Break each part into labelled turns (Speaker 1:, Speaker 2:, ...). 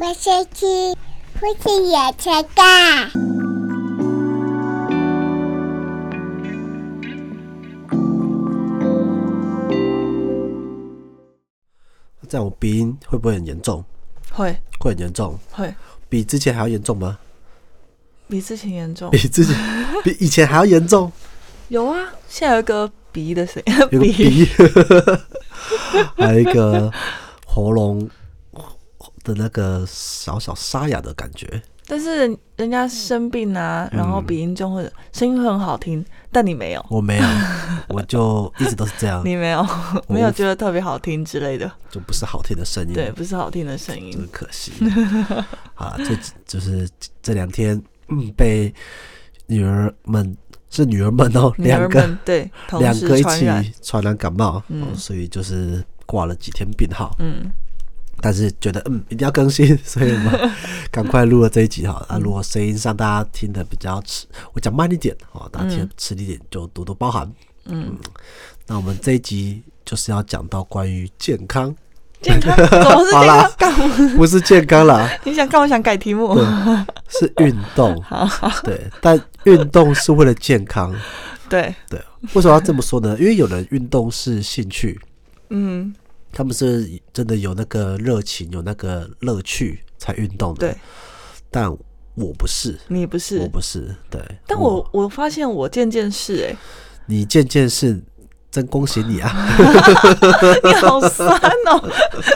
Speaker 1: 我先去，父亲也才干。
Speaker 2: 这样我鼻音会不会很严重？
Speaker 3: 会
Speaker 2: 会很严重，
Speaker 3: 会
Speaker 2: 比之前还要严重吗？
Speaker 3: 比之前严重
Speaker 2: 比。之前比以前还要严重？
Speaker 3: 有啊，现在有一个鼻的声
Speaker 2: 有
Speaker 3: 音，
Speaker 2: 个
Speaker 3: 鼻
Speaker 2: 鼻，还有一个喉咙的那个小小沙哑的感觉。
Speaker 3: 但是人人家生病啊，
Speaker 2: 嗯
Speaker 3: 然后鼻音就会声音会很好听，但你没有，
Speaker 2: 我没有，我就一直都是这样，
Speaker 3: 你 没有，
Speaker 2: 无
Speaker 3: 没有觉得特别好听之类的，
Speaker 2: 就不是好听的声音。
Speaker 3: 对，，不是好听的声
Speaker 2: 真
Speaker 3: 音。
Speaker 2: 可惜。啊，这就是这两天，嗯，被女儿们是女儿们哦，
Speaker 3: 女儿
Speaker 2: 两个
Speaker 3: 们对同
Speaker 2: 两个
Speaker 3: 时
Speaker 2: 一
Speaker 3: 传染，
Speaker 2: 起传染感冒，
Speaker 3: 嗯
Speaker 2: 哦所以就是挂了几天病号，
Speaker 3: 嗯，
Speaker 2: 但是觉得嗯一定要更新，所以我 们赶快录了这一集哈。啊
Speaker 3: 嗯
Speaker 2: 那、如果声音上大家听的比较迟，我讲慢一点哦，大家听得迟一点就多多包涵。
Speaker 3: 嗯，
Speaker 2: 那我们这一集就是要讲到关于健康，
Speaker 3: 健 康怎么是
Speaker 2: 好
Speaker 3: 健
Speaker 2: 啦
Speaker 3: 康？干嘛？
Speaker 2: 不是健康啦，
Speaker 3: 你想干嘛？想改题目？
Speaker 2: 对，是运动。
Speaker 3: 好好，
Speaker 2: 对，但运动是为了健康。
Speaker 3: 对，
Speaker 2: 对，为什么要这么说呢？因为有人运动是兴趣，
Speaker 3: 嗯，
Speaker 2: 他们是真的有那个热情，有那个乐趣才运动的。
Speaker 3: 对，
Speaker 2: 但我不是，
Speaker 3: 你不
Speaker 2: 我
Speaker 3: 是，
Speaker 2: 不是。对，
Speaker 3: 但我我发现我渐渐是哎，
Speaker 2: 你渐渐是，真恭喜你啊！
Speaker 3: 你好酸 哦！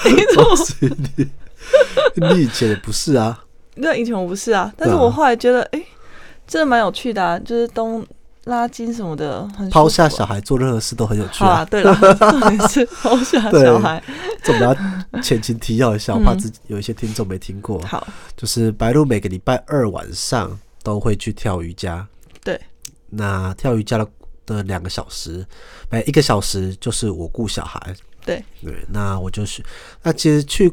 Speaker 3: 你怎
Speaker 2: 恭
Speaker 3: 么？
Speaker 2: 喜你，你以前也不是啊。
Speaker 3: 对，以前我不是啊，但是
Speaker 2: 对啊
Speaker 3: 我后来觉得，哎、真的蛮有趣的啊，就是东拉筋什么的，很舒服啊
Speaker 2: 抛下小孩做任何事都很有趣
Speaker 3: 好啊，
Speaker 2: 啊！
Speaker 3: 对了，重点是抛下
Speaker 2: 对
Speaker 3: 小孩。
Speaker 2: 这我们要前情提要一下，我怕
Speaker 3: 嗯
Speaker 2: 自己有一些听众没听过。
Speaker 3: 好，
Speaker 2: 就是白露每个礼拜二晚上都会去跳瑜伽。
Speaker 3: 对，
Speaker 2: 那跳瑜伽的的两个小时，每一个小时就是我顾小孩。
Speaker 3: 对
Speaker 2: 对，那我就是，那其实去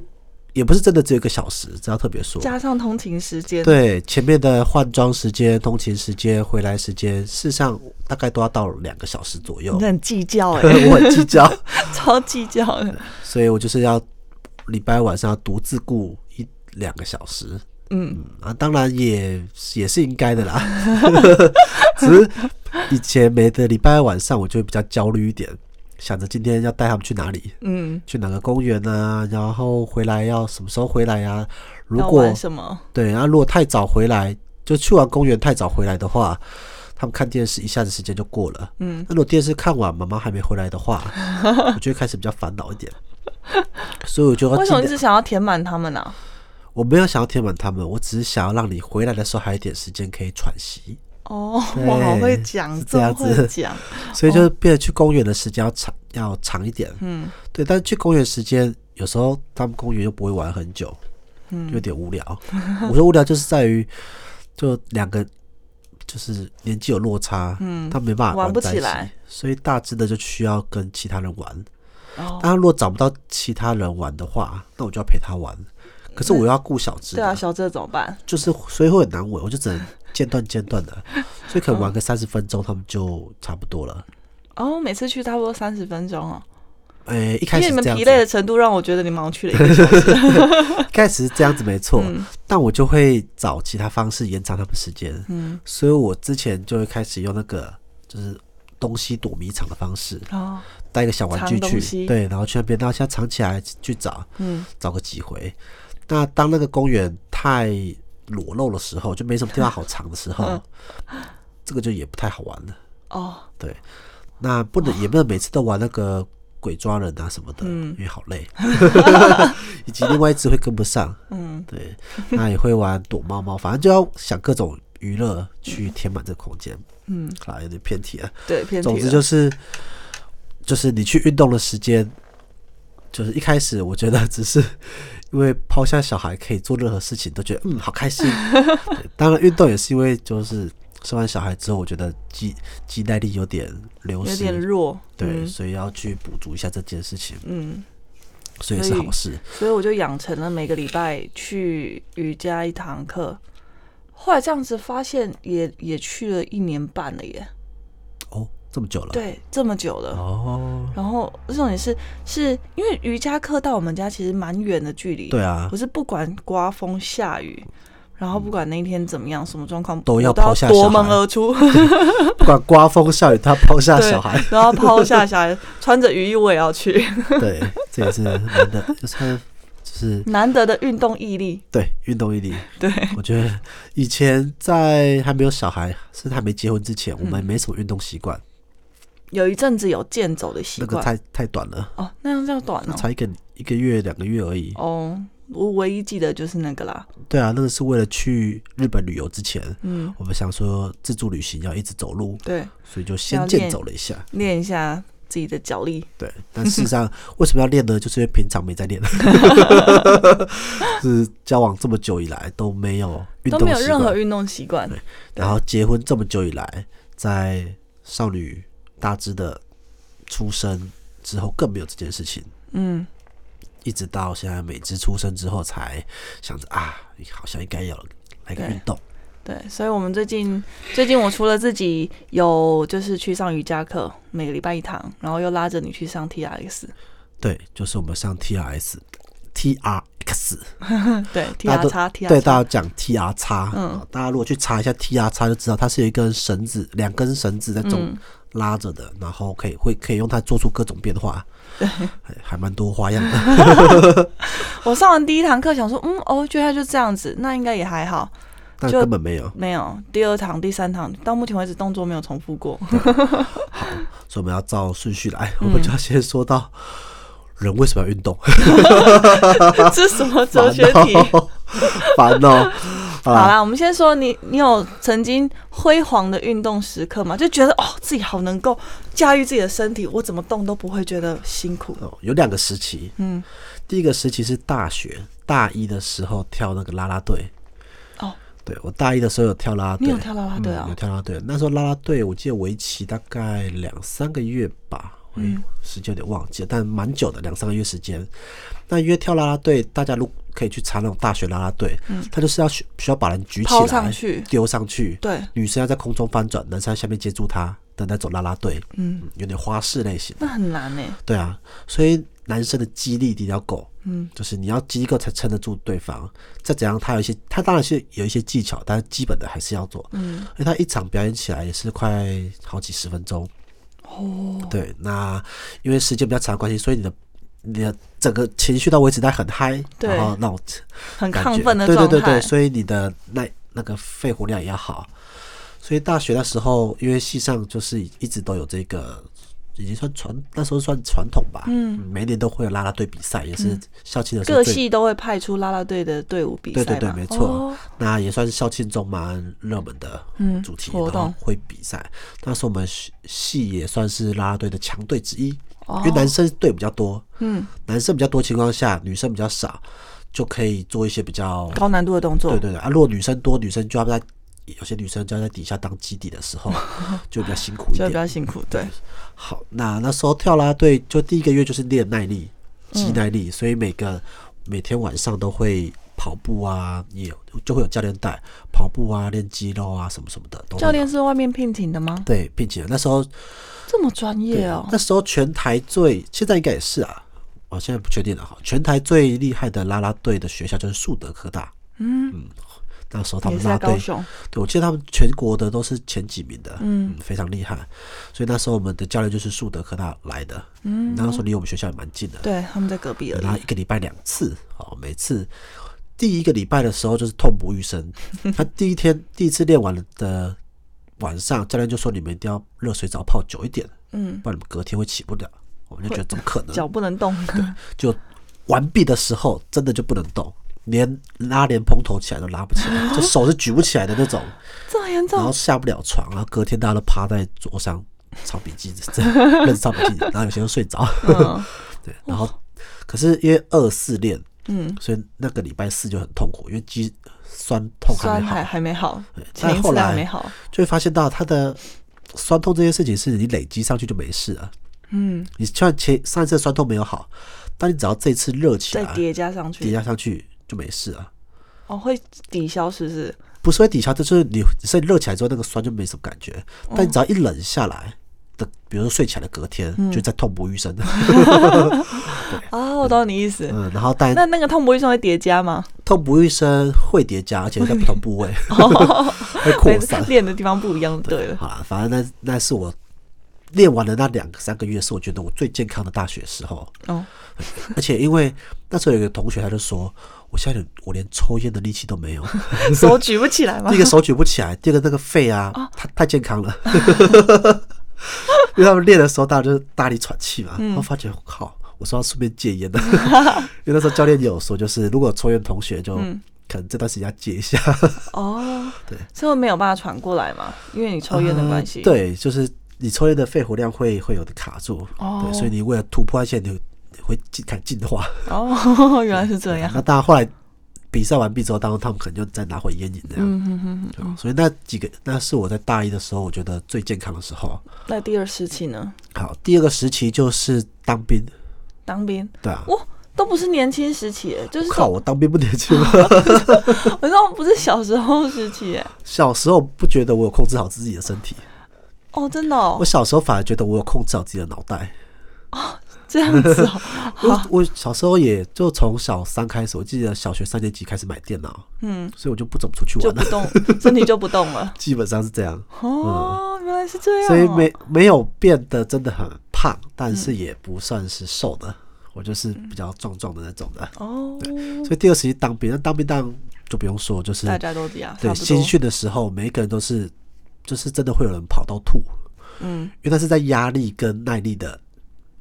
Speaker 2: 也不是真的只有一个小时，这要特别说。
Speaker 3: 加上通勤时间，
Speaker 2: 对，前面的换装时间、通勤时间、回来时间，事实上大概都要到两个小时左右
Speaker 3: 你。很计较哎、
Speaker 2: 我很计较，
Speaker 3: 超计较的。
Speaker 2: 所以我就是要礼拜晚上要独自顾一两个小时。
Speaker 3: 嗯，
Speaker 2: 啊，当然也也是应该的啦， 只是以前每个礼拜晚上我就会比较焦虑一点，想着今天要带他们去哪里，
Speaker 3: 嗯，
Speaker 2: 去哪个公园啊，然后回来要什么时候回来啊？如
Speaker 3: 要
Speaker 2: 果
Speaker 3: 玩什么？
Speaker 2: 对，然、后如果太早回来，就去完公园太早回来的话，他们看电视一下子时间就过了。
Speaker 3: 嗯，
Speaker 2: 那如果电视看完，妈妈还没回来的话，我就会开始比较烦恼一 点，所以我就要
Speaker 3: 为
Speaker 2: 尽
Speaker 3: 什么
Speaker 2: 量
Speaker 3: 一直想要填满他们啊？
Speaker 2: 我没有想要填满他们，我只是想要让你回来的时候还有一点时间可以喘息，
Speaker 3: 哦，
Speaker 2: 对
Speaker 3: 我好会讲
Speaker 2: 是，这
Speaker 3: 这
Speaker 2: 样
Speaker 3: 么
Speaker 2: 子
Speaker 3: 会讲。
Speaker 2: 所以就变得去公园的时间要长要长一点。
Speaker 3: 哦嗯
Speaker 2: 对，但是去公园时间有时候他们公园又不会玩很久，有
Speaker 3: 嗯，
Speaker 2: 点无聊。我说无聊就是在于，就两个就是年纪有落差，
Speaker 3: 嗯
Speaker 2: 他没办法
Speaker 3: 玩不
Speaker 2: 在
Speaker 3: 起
Speaker 2: 一起
Speaker 3: 来，
Speaker 2: 所以大致的就需要跟其他人玩。
Speaker 3: 哦，
Speaker 2: 当然，如果找不到其他人玩的话，那我就要陪他玩。可是我又要顾小智、
Speaker 3: 对啊，小哲怎么办？
Speaker 2: 就是所以会很难玩，我就只能间断间断的，所以可能玩个三十分钟，他们就差不多了。
Speaker 3: 哦，每次去差不多三十分钟哦。
Speaker 2: 呃、一开始
Speaker 3: 因为你
Speaker 2: 是
Speaker 3: 们
Speaker 2: 这样
Speaker 3: 疲累
Speaker 2: 子，
Speaker 3: 的程度让我觉得你忙去了 一个小时。
Speaker 2: 一开始是这样子没错，
Speaker 3: 嗯
Speaker 2: 但我就会找其他方式延长他们时间，
Speaker 3: 嗯，
Speaker 2: 所以我之前就会开始用那个就是东西躲迷藏的方式，
Speaker 3: 哦，
Speaker 2: 带一个小玩具
Speaker 3: 藏东
Speaker 2: 去，
Speaker 3: 西
Speaker 2: 对，然后去那边，然后现在藏起来去找，
Speaker 3: 嗯，
Speaker 2: 找个几回。那当那个公园太裸露的时候，就没什么地方好藏的时候，
Speaker 3: 嗯
Speaker 2: 这个就也不太好玩了。
Speaker 3: 哦，
Speaker 2: 那不能也不能每次都玩那个鬼抓人啊什么的，
Speaker 3: 嗯
Speaker 2: 因为好累， 以及另外一只会跟不上，
Speaker 3: 嗯，
Speaker 2: 对，那也会玩躲猫猫，反正就要想各种娱乐去填满这个空间。
Speaker 3: 嗯，
Speaker 2: 好啦，有点偏题了。
Speaker 3: 对，偏题啊
Speaker 2: 总
Speaker 3: 了。
Speaker 2: 之就是，就是你去运动的时间，就是一开始我觉得只是因为抛下小孩可以做任何事情，都觉得嗯好开 心。对当然，运动也是因为就是生完小孩之后，我觉得肌肌耐力有点流
Speaker 3: 有
Speaker 2: 失，
Speaker 3: 点弱，
Speaker 2: 对，
Speaker 3: 嗯
Speaker 2: 所以要去补足一下这件事情，
Speaker 3: 嗯，
Speaker 2: 所以
Speaker 3: 所
Speaker 2: 是
Speaker 3: 以
Speaker 2: 好事。
Speaker 3: 所以我就养成了每个礼拜去瑜伽一堂课。后来这样子发现也，也去了一年半了耶。
Speaker 2: 哦，这么久了，，
Speaker 3: 对，这么久了。
Speaker 2: 哦，
Speaker 3: 然后重点是，是因为瑜伽课到我们家其实蛮远的距离，
Speaker 2: 对啊
Speaker 3: 我，是不管刮风下雨，然后不管那一天怎么样，什么状况，
Speaker 2: 嗯都要
Speaker 3: 我都
Speaker 2: 抛下小
Speaker 3: 夺
Speaker 2: 孩
Speaker 3: 门而出，
Speaker 2: 不管刮风下雨，他抛下
Speaker 3: 对
Speaker 2: 小孩，
Speaker 3: 都要抛下小孩，穿着雨衣我也 要去，
Speaker 2: 对，这也是难得，就是他就是
Speaker 3: 难得的运动毅力，
Speaker 2: 对运动毅力。
Speaker 3: 对，
Speaker 2: 我觉得以前在还没有小孩，甚至还没结婚之前，我
Speaker 3: 嗯
Speaker 2: 们没什么运动习惯，
Speaker 3: 有一阵子有健走的习
Speaker 2: 那个
Speaker 3: 惯，
Speaker 2: 太太短了，
Speaker 3: 哦，那样叫短哦，
Speaker 2: 才一个一个月两个月而已。
Speaker 3: 哦，我唯一记得就是那个啦，
Speaker 2: 对啊，那个是为了去日本旅游之前，
Speaker 3: 嗯，
Speaker 2: 我们想说自助旅行要一直走路，
Speaker 3: 对，
Speaker 2: 所以就
Speaker 3: 要
Speaker 2: 先
Speaker 3: 练
Speaker 2: 健走了一下。
Speaker 3: 练一下自己的脚力，
Speaker 2: 对，但事实 上为什么要练呢？就是因为平常没在练， 是交往这么久以来都没有运
Speaker 3: 都
Speaker 2: 动
Speaker 3: 没有
Speaker 2: 习
Speaker 3: 任何
Speaker 2: 惯，
Speaker 3: 运动习惯，
Speaker 2: 然后结婚这么久以来，在少女大只的出生之后更没有这件事情，
Speaker 3: 嗯，
Speaker 2: 一直到现在美芝出生之后才想着啊，好像应该要来个
Speaker 3: 对
Speaker 2: 运动。
Speaker 3: 对，所以我们最近最近我除了自己有就是去上瑜伽课，每个礼拜一堂，然后又拉着你去上 T R X，
Speaker 2: 对，就是我们上 T R S。T R X，
Speaker 3: 对 T
Speaker 2: 大家
Speaker 3: R
Speaker 2: 都
Speaker 3: 叉 T
Speaker 2: 对
Speaker 3: R
Speaker 2: 大
Speaker 3: 叉，
Speaker 2: 家讲 T R 叉，
Speaker 3: 嗯
Speaker 2: 嗯，大家如果去查一下 T R 叉就知道，它是有一根绳子，两根绳子在
Speaker 3: 嗯
Speaker 2: 中拉着的，然后可以会可以用它做出各种变化，还还蛮多花样 的。
Speaker 3: 我上完第一堂课想说，嗯，哦，觉得它就这样子，那应该也还好，
Speaker 2: 但
Speaker 3: 就
Speaker 2: 根本没有，
Speaker 3: 没有。第二堂、第三堂到目前为止动作没有重复过，
Speaker 2: 所以我们要照顺序来，
Speaker 3: 嗯
Speaker 2: 我们就要先说到人为什么要运动，
Speaker 3: 这是什么哲学 题？
Speaker 2: 烦哦， 烦哦。
Speaker 3: 好
Speaker 2: 啊，
Speaker 3: 啦，我们先说你，你有曾经辉煌的运动时刻吗？就觉得哦，自己好能够驾驭自己的身体，我怎么动都不会觉得辛苦。
Speaker 2: 哦有两个时期，
Speaker 3: 嗯，
Speaker 2: 第一个时期是大学大一的时候跳那个啦啦队，
Speaker 3: 哦，
Speaker 2: 对我大一的时候有跳啦啦队，
Speaker 3: 你有跳啦啦队啊
Speaker 2: 嗯有跳啦啦队。那时候啦啦队，我记得为期大概两三个月吧，嗯，时间有点忘记了，但蛮久的，两三个月时间。那因为跳啦啦队，大家如可以去查那种大学啦啦队，他就是要需需要把人举起
Speaker 3: 嗯抛
Speaker 2: 来，
Speaker 3: 上去
Speaker 2: 丢上去，
Speaker 3: 对
Speaker 2: 女生要在空中翻转，男生在下面接住她的那种啦啦队，嗯，有点花式类型。
Speaker 3: 那很难呢、欸
Speaker 2: 对啊，所以男生的肌力一定要够，嗯，就是你要肌力够才撑得住对方。再怎样，他有一些，他当然是有一些技巧，但是基本的还是要做，嗯，因为他一场表演起来也是快好几十分钟，哦，对，那因为时间比较长的关系，所以你的。你的整个情绪到维持在很嗨，
Speaker 3: 对
Speaker 2: 然后那种
Speaker 3: 很
Speaker 2: 感觉
Speaker 3: 亢奋的
Speaker 2: 对
Speaker 3: 状
Speaker 2: 对
Speaker 3: 态。
Speaker 2: 对对，所以你的那那个肺活量也要好。所以大学的时候，因为系上就是一直都有这个，已经算传那时候算传统吧，嗯，每年都会有啦啦队比赛，也是校庆的时候
Speaker 3: 嗯各
Speaker 2: 最
Speaker 3: 系都会派出啦啦队的队伍比赛
Speaker 2: 对
Speaker 3: 嘛，
Speaker 2: 对对，没错，
Speaker 3: 哦
Speaker 2: 那也算是校庆中蛮热门的
Speaker 3: 嗯
Speaker 2: 主题，
Speaker 3: 活
Speaker 2: 然后
Speaker 3: 动
Speaker 2: 会比赛。那时候我们系系也算是啦啦队的强队之一，
Speaker 3: 哦
Speaker 2: 因为男生队比较多，
Speaker 3: 嗯，
Speaker 2: 男生比较多情况下，女生比较少，就可以做一些比较
Speaker 3: 高难度的动作。
Speaker 2: 对对对啊，如果女生多，女生就要在有些女生就要在底下当基底的时候， 就比较辛苦一
Speaker 3: 就
Speaker 2: 点。
Speaker 3: 比较辛苦，对，
Speaker 2: 好，那那时候跳啦队，就第一个月就是练耐力、
Speaker 3: 嗯
Speaker 2: 肌耐力，所以每个每天晚上都会跑步啊，也有就会有教练带跑步啊，练肌肉啊什么什么的。都会
Speaker 3: 教练
Speaker 2: 有
Speaker 3: 是外面聘请的吗？
Speaker 2: 对，并且那时候
Speaker 3: 这么专业哦，
Speaker 2: 那时候全台最，现在应该也是啊，我现在不确定了哈。全台最厉害的啦啦队的学校就是树德科大，嗯那时候他
Speaker 3: 也
Speaker 2: 们
Speaker 3: 是
Speaker 2: 啦
Speaker 3: 在
Speaker 2: 啦队
Speaker 3: 高雄，
Speaker 2: 对，我记得他们全国的都是前几名的，嗯，非常厉害。所以那时候我们的教练就是树德科大来的，嗯，那时候离我们学校也蛮近的，
Speaker 3: 对，他们在隔壁而
Speaker 2: 然后
Speaker 3: 已。
Speaker 2: 一个礼拜两次，哦，每次第一个礼拜的时候就是痛不欲 生。他第一天第一次练完了的晚上，教练就说你们一定要热水澡泡久一点，
Speaker 3: 嗯，
Speaker 2: 不然你们隔天会起不了。我们就觉得怎么可能？
Speaker 3: 脚不能动，
Speaker 2: 就完毕的时候，真的就不能动，连拉连蓬头起来都拉不起 来，就手是举不起来的那种。
Speaker 3: 这么严
Speaker 2: 然后
Speaker 3: 重？
Speaker 2: 下不了床，然后隔天大家都趴在桌上抄笔记，认真抄笔记，然后有些人睡着。
Speaker 3: 嗯，
Speaker 2: 对，然后可是因为二四练，
Speaker 3: 嗯，
Speaker 2: 所以那个礼拜四就很痛苦，因为肌酸痛还
Speaker 3: 酸
Speaker 2: 没好
Speaker 3: 还，还没好，前
Speaker 2: 但
Speaker 3: 一
Speaker 2: 后
Speaker 3: 次
Speaker 2: 来
Speaker 3: 还没好，
Speaker 2: 就会发现到他的酸痛这件事情是你累积上去就没事了。
Speaker 3: 嗯，
Speaker 2: 你虽然前上一次的酸痛没有好，但你只要这一次热起
Speaker 3: 再
Speaker 2: 来，
Speaker 3: 叠加上
Speaker 2: 叠
Speaker 3: 去，
Speaker 2: 加上去就没事了。
Speaker 3: 哦，会抵消是不是？
Speaker 2: 不是会抵消，就是你所以热起来之后那个酸就没什么感觉，但你只要一冷下来，的，比如说睡起来的隔天，就在痛不欲生。
Speaker 3: 啊，我懂你意思。
Speaker 2: 嗯，然后但
Speaker 3: 那那个痛不欲生会叠 加吗？。
Speaker 2: 痛不欲生会叠加，而且在不同部位会扩散
Speaker 3: 哦练的地方不一样，对了。
Speaker 2: 好了，反正那那是我练完的那两个三个月，是我觉得我最健康的大学时候。
Speaker 3: 哦，
Speaker 2: 而且因为那时候有一个同学，他就说，我现在连我连抽烟的力气都没有。
Speaker 3: 手举不起来吗
Speaker 2: 第一？个手举不起来，第二个那个肺啊，
Speaker 3: 哦
Speaker 2: 太太健康了。 因为他们练的时候，大家就是大力喘气嘛，
Speaker 3: 嗯
Speaker 2: 然后发觉靠，我说要顺便戒烟的， 因为那时候教练也有说，就是如果有抽烟同学就
Speaker 3: 嗯
Speaker 2: 可能这段时间要戒一下，
Speaker 3: 哦，
Speaker 2: 对，
Speaker 3: 所以没有办法传过来嘛，因为你抽烟的关系。
Speaker 2: 呃，对，就是你抽烟的肺活量会会有的卡住，
Speaker 3: 哦
Speaker 2: 对，所以你为了突破那些，你会你会进开始进化。
Speaker 3: 哦， 原来是这样。
Speaker 2: 那当然后来比赛完毕之后，当然他们可能就再拿回烟瘾这样，
Speaker 3: 嗯哼哼，
Speaker 2: 对吧所以那几个那是我在大一的时候，我觉得最健康的时候。
Speaker 3: 那第二时期呢？
Speaker 2: 好，第二个时期就是当兵，
Speaker 3: 当兵，
Speaker 2: 对啊。
Speaker 3: 哇，都不是年轻时期，就是
Speaker 2: 靠，我当兵不年轻 了。
Speaker 3: 我知道不是小时候时期，哎
Speaker 2: 小时候不觉得我有控制好自己的身体，
Speaker 3: 哦，真的哦
Speaker 2: 我，小时候反而觉得我有控制好自己的脑袋。
Speaker 3: 这样子哦，
Speaker 2: 我我小时候也就从小三开始，我记得小学三年级开始买电脑，
Speaker 3: 嗯，
Speaker 2: 所以我就不怎么出去
Speaker 3: 就
Speaker 2: 玩
Speaker 3: 不
Speaker 2: 了，
Speaker 3: 动， 身体就不动了。
Speaker 2: 基本上是这样。
Speaker 3: 哦，原来是这样哦，
Speaker 2: 所以没没有变得真的很胖，但
Speaker 3: 嗯
Speaker 2: 是也不算是瘦的，我就是比较壮壮的那种的。
Speaker 3: 哦，
Speaker 2: 所以第二时期当兵，那当兵当然就不用说，就是
Speaker 3: 大家都这样，
Speaker 2: 对
Speaker 3: 差不多
Speaker 2: 新训的时候，每一个人都是，就是真的会有人跑到吐，
Speaker 3: 嗯，
Speaker 2: 因为那是在压力跟耐力的，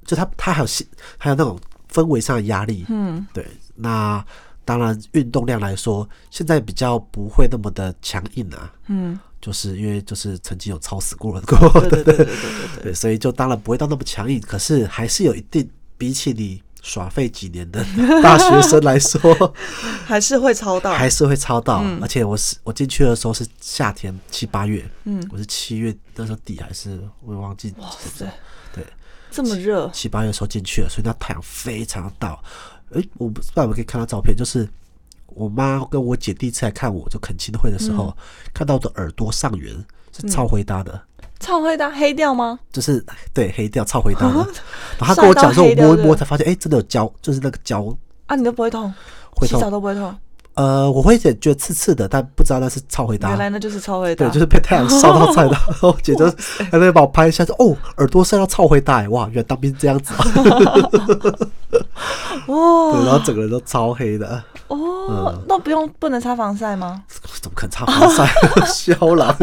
Speaker 2: 就他他还有心，还有那种氛围上的压力，
Speaker 3: 嗯，
Speaker 2: 对。那当然运动量来说，现在比较不会那么的强硬啊，
Speaker 3: 嗯，
Speaker 2: 就是因为就是曾经有超死过人过，
Speaker 3: 对对对对对对 对，
Speaker 2: 对，所以就当然不会到那么强硬，可是还是有一定比起你耍废几年的大学生来说，
Speaker 3: 还是会超到，
Speaker 2: 还是会超到。而且我是我进去的时候是夏天七八月，
Speaker 3: 嗯
Speaker 2: 我是七月那时候底还是我也忘记，
Speaker 3: 哇塞，
Speaker 2: 对，
Speaker 3: 这么热，
Speaker 2: 七八月的时候进去了，所以那太阳非常大。诶，我不知道我们可以看到照片，就是我妈跟我姐第一次来看我，就恳亲会的时候，看到我的耳朵上缘是超回搭的。
Speaker 3: 超会搭黑掉吗？
Speaker 2: 就是对黑掉超回搭的， 然后她跟我讲说，我摸一摸才发现，诶，真的有胶，就是那个胶
Speaker 3: 啊，你都不会痛，啊
Speaker 2: 会
Speaker 3: 洗澡
Speaker 2: 痛。
Speaker 3: 都不会痛，
Speaker 2: 呃，我会觉得刺刺的，但不知道那是超回搭
Speaker 3: 原。来那就是超会搭，
Speaker 2: 对，就是被太阳烧到菜的，然后我姐就在那边把我拍一下，说：“哦，耳朵晒到超回大欸，哇，原来当兵是这样子啊！”对，
Speaker 3: 哦
Speaker 2: 然后整个人都超黑的，
Speaker 3: 哦，那不用不能擦防晒吗？
Speaker 2: 怎么可能擦防晒？肖郎，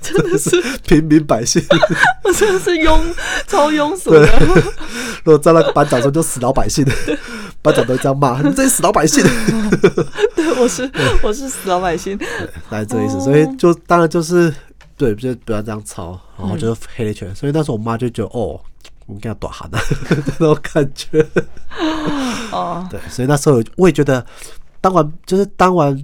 Speaker 3: 真的是，
Speaker 2: 平民百姓，
Speaker 3: 我真的是庸 超庸俗的，
Speaker 2: 如果站到班长说就死老百姓，班长都会这样骂：“你们这些死老百姓！”
Speaker 3: 对，我是我是死老百姓，
Speaker 2: 大概这个意思，所以就当然就是对，就不要这样操，然后就黑了一圈。所以那时候我妈就觉得：“哦，我们给他短寒啊， 那种感觉。”
Speaker 3: 哦，
Speaker 2: 对，所以那时候我也觉得，当完就是当完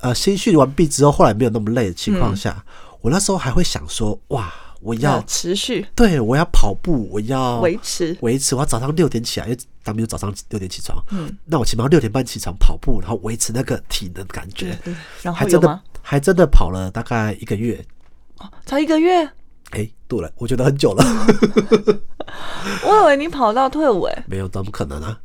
Speaker 2: 呃新训完毕之后，后来没有那么累的情况下，
Speaker 3: 嗯
Speaker 2: 我那时候还会想说，哇，我要
Speaker 3: 持续
Speaker 2: 对我要跑步，我要
Speaker 3: 哦维持，
Speaker 2: 维持，我要早上六点起来，因为当兵就早上六点起床，嗯，那我起码要六点半起床跑步，然后维持那个体能感觉，
Speaker 3: 对，然
Speaker 2: 还
Speaker 3: 后
Speaker 2: 真
Speaker 3: 有
Speaker 2: 的
Speaker 3: 吗？
Speaker 2: 还真的跑了大概一个月，
Speaker 3: 才一个月，
Speaker 2: 哎，对了，我觉得很久了，
Speaker 3: 我以为你跑到退伍哎，
Speaker 2: 没有，怎么可能啊？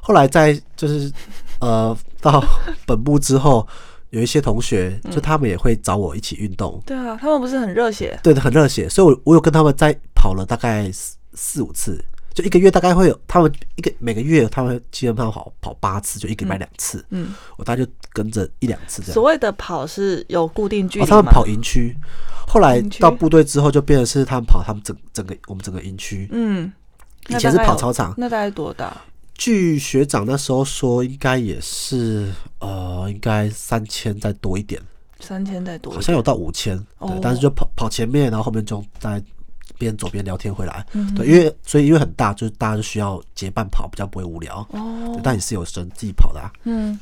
Speaker 2: 后来在就是 呃到 本部之后，有一些同学
Speaker 3: 嗯
Speaker 2: 就他们也会找我一起运动，
Speaker 3: 对啊，他们不是很热血，
Speaker 2: 对的，很热血，所以我我有跟他们在跑了大概四四五次，就一个月大概会有他们一个每个月他们基本上跑跑八次，就一个礼拜两次，
Speaker 3: 嗯，
Speaker 2: 我大概就跟着一两次这样
Speaker 3: 所。谓的跑是有固定距
Speaker 2: 啊哦，
Speaker 3: 离
Speaker 2: 他
Speaker 3: 吗？
Speaker 2: 们跑营区，后来
Speaker 3: 营区
Speaker 2: 到部队之后就变成是他们跑他们整整个我们整个营区，
Speaker 3: 嗯，
Speaker 2: 以前是跑操场，
Speaker 3: 那大概多大？
Speaker 2: 据学长那时候说，应该也是呃，应该三千再多一点，
Speaker 3: 三千再多
Speaker 2: 好，像有到五千、
Speaker 3: 哦
Speaker 2: 对，但是就跑跑前面，然后后面就大家边走边聊天回来，
Speaker 3: 嗯
Speaker 2: 对，因为所以因为很大，就是大家就需要结伴跑，比较不会无聊。
Speaker 3: 哦
Speaker 2: 对，但也是有人自己跑的、啊，
Speaker 3: 嗯，